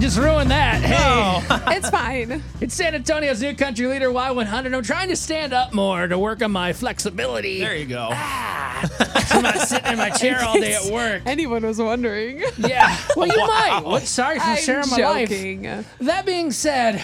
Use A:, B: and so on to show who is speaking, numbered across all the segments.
A: Just ruined that. Hey.
B: It's fine.
A: It's San Antonio's new country leader, Y100. I'm trying to stand up more to work on my flexibility. Ah.
C: There you go.
A: I'm not sitting in my chair all day at work.
B: Anyone was wondering.
A: Yeah. Well, you might. What? Sorry for
B: I'm
A: sharing my life.
B: joking.
A: That being said,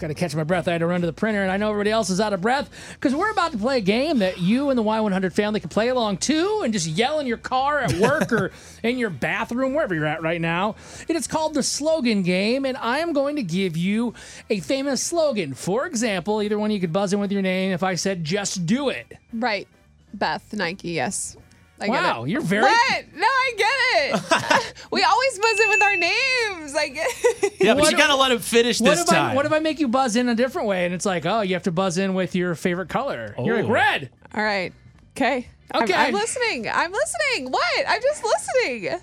A: got to catch my breath. I had to run to the printer, and I know everybody else is out of breath because we're about to play a game that you and the Y100 family can play along to and just yell in your car at work or in your bathroom, wherever you're at right now. And it's called the slogan game, and I am going to give you a famous slogan. For example, either one you could buzz in with your name if I said, just do it.
B: Right. Beth, Nike, yes. I get
A: Wow,
B: it.
A: you're very.
B: What? No, I get it. we always buzz it with our names. I get it.
C: Yeah, but
A: What-
C: you gotta let him finish
A: What
C: this
A: if,
C: time.
A: I, what if I make you buzz in a different way and it's like, oh, you have to buzz in with your favorite color? You're like,
C: Oh.
A: red.
B: All right. Okay.
A: Okay.
B: I'm, I'm listening. I'm listening. What? I'm just listening.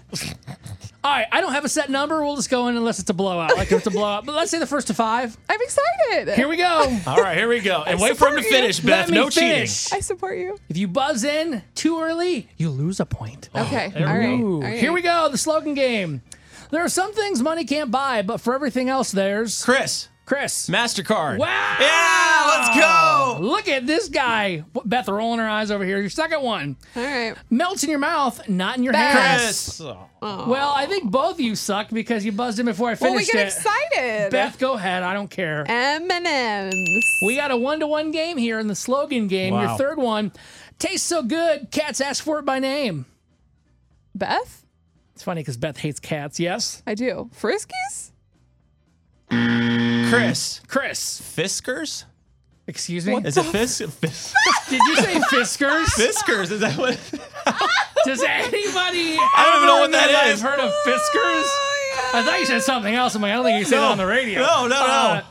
A: All right, I don't have a set number. We'll just go in unless it's a blowout. Like if it's a blowout, but let's say the first to five.
B: I'm excited.
A: Here we go.
C: All right, here we go. And wait for him to
B: support you.
C: finish,
A: Let
C: Uh, Beth.
A: me
C: No
A: finish.
B: I support you.
A: If you buzz in too early, you lose a point.
B: Okay. All
C: there we
B: right.
C: go.
A: Ooh,
B: All right.
A: Here we Oh, go. The slogan game. There are some things money can't buy, but for everything else, there's
C: cheating. Chris,
A: Chris.
C: MasterCard.
A: Wow.
C: Yeah, let's go.
A: Look at this guy. What- Beth rolling her eyes over here. Your second one
B: All right.
A: melts in your mouth, not in your
B: Beth.
A: hands.
C: Chris.
A: Well, I think both of you suck because you buzzed in before I
B: Well, we
A: finished
B: get
A: it.
B: excited.
A: Beth, go ahead. I don't care.
B: M&M's.
A: We got a one to one game here in the slogan game. Your
C: Wow.
A: third one tastes so good, cats ask for it by name.
B: Beth?
A: It's funny because Beth hates cats. Yes,
B: I do. Friskies?
C: Chris.
A: Chris.
C: Fiskers?
A: Excuse me.
C: Is it Fisk? Fis-
A: Did you say Fiskers?
C: Fiskers? Is that what?
A: Does anybody?
C: I don't even know what that
A: I've
C: is.
A: heard of Fiskers.
B: Oh,
A: I thought you said something else. I'm like, I don't think you said it on the radio.
C: No, no, no.
A: Uh,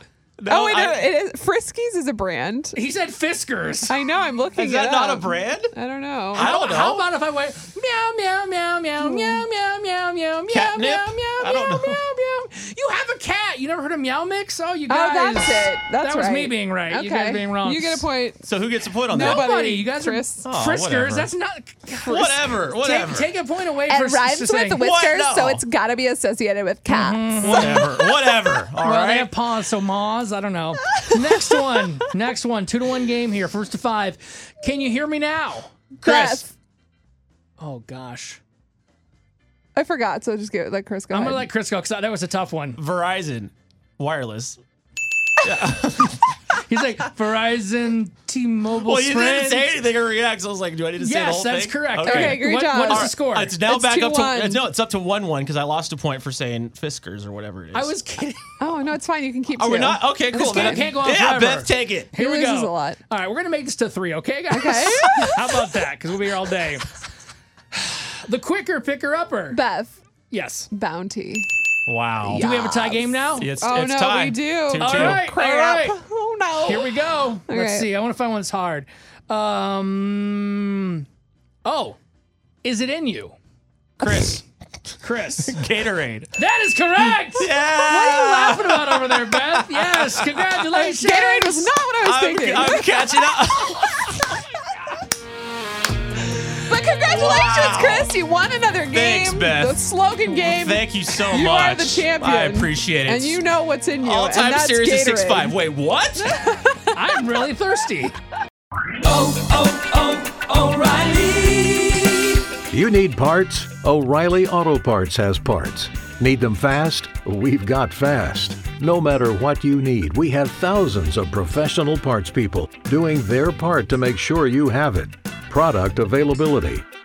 C: no
B: oh, wait, no,
C: I-
B: it is. Friskies is a brand.
A: he said Fiskers.
B: I know. I'm looking
C: is
B: it
C: that not a
B: up.
C: brand?
B: I don't know.
C: I don't know. Hmm.
A: How about if I went meow meow meow meow meow meow meow meow meow meow meow
C: Catnip?
A: meow
C: I don't
A: meow
C: know.
A: meow? You have a cat. You never heard of meow mix? Oh, you
B: Oh,
A: guys.
B: that's it. That's
A: that was me
B: right.
A: being right.
B: Okay.
A: You guys being wrong.
B: You get a point.
C: so who gets a point on
B: No,
C: that?
B: but-
A: Nobody. You guys
B: Chris.
A: are
C: Oh,
A: friskers.
C: whatever.
A: That's not
C: Whatever, whatever.
A: Take, take a point away for
B: It
A: s-
B: rhymes
A: just saying,
B: with whiskers,
C: What?
B: so
C: No.
B: it's got to be associated with cats.
C: whatever, whatever. All
A: Well, they
C: right.
A: have paws, so maws. I don't know. next one. Next one. Two to one game here. First to five. Can you hear me now?
C: Chris.
B: Beth.
A: Oh gosh.
B: I forgot, so just give it like Chris. Go
A: I'm gonna
B: ahead.
A: let Chris go because that was a tough one.
C: Verizon. Wireless.
A: He's like Verizon, T-Mobile,
C: Well, you
A: Sprint.
C: didn't say anything or react. So I was like, do I need to say the
A: yes,
C: whole
A: that's
C: thing?
A: correct.
B: Okay, great
A: what,
B: job.
A: What is
B: All
A: the
B: right,
A: score?
C: It's now
B: It's
C: back up to
B: 2-1.
C: uh, no, it's up to one one because I lost a point for saying Fiskers or whatever it is.
A: I was kidding.
B: oh no, it's fine. You can keep.
C: Are we
B: two.
C: not? Oh. Okay, cool.
A: game
C: then.
A: can't go on
C: Yeah,
A: forever.
C: Beth, take it.
A: Here we
B: He loses
A: go.
B: a lot.
A: All right, we're gonna make this to three. Okay, guys.
B: Okay.
A: How about that? Because we'll be here all day. The quicker picker upper.
B: Beth
A: yes.
B: Bounty.
C: Wow.
A: Do we have a tie game now?
C: It's,
B: Oh,
C: it's
B: no,
C: time.
B: we do.
C: Two,
A: All
C: two.
A: right,
B: Crap.
A: all right.
B: Oh no.
A: Here we go. Let's
B: right.
A: see. I want to find one that's hard. Um. Oh, is it in you,
C: Chris.
A: Chris?
C: Gatorade.
A: that is correct.
C: Yeah.
A: Laughing about over there, Beth. Yes, congratulations.
B: Gatorade was not what I was
C: I'm,
B: thinking.
C: I'm catching up.
B: but congratulations,
C: Wow.
B: Chris. You won another game.
C: Thanks, Beth.
B: The slogan game.
C: Thank you so
B: You
C: much.
B: are the champion.
C: I appreciate it.
B: And you know what's in you.
C: All
B: and
C: time
B: that's
C: series
B: Gatorade.
C: is six five. Wait, what?
A: I'm really thirsty.
D: You need parts? O'Reilly Auto Parts has parts. Need them fast? We've got fast. No matter what you need, we have thousands of professional parts people doing their part to make sure you have it. Product availability.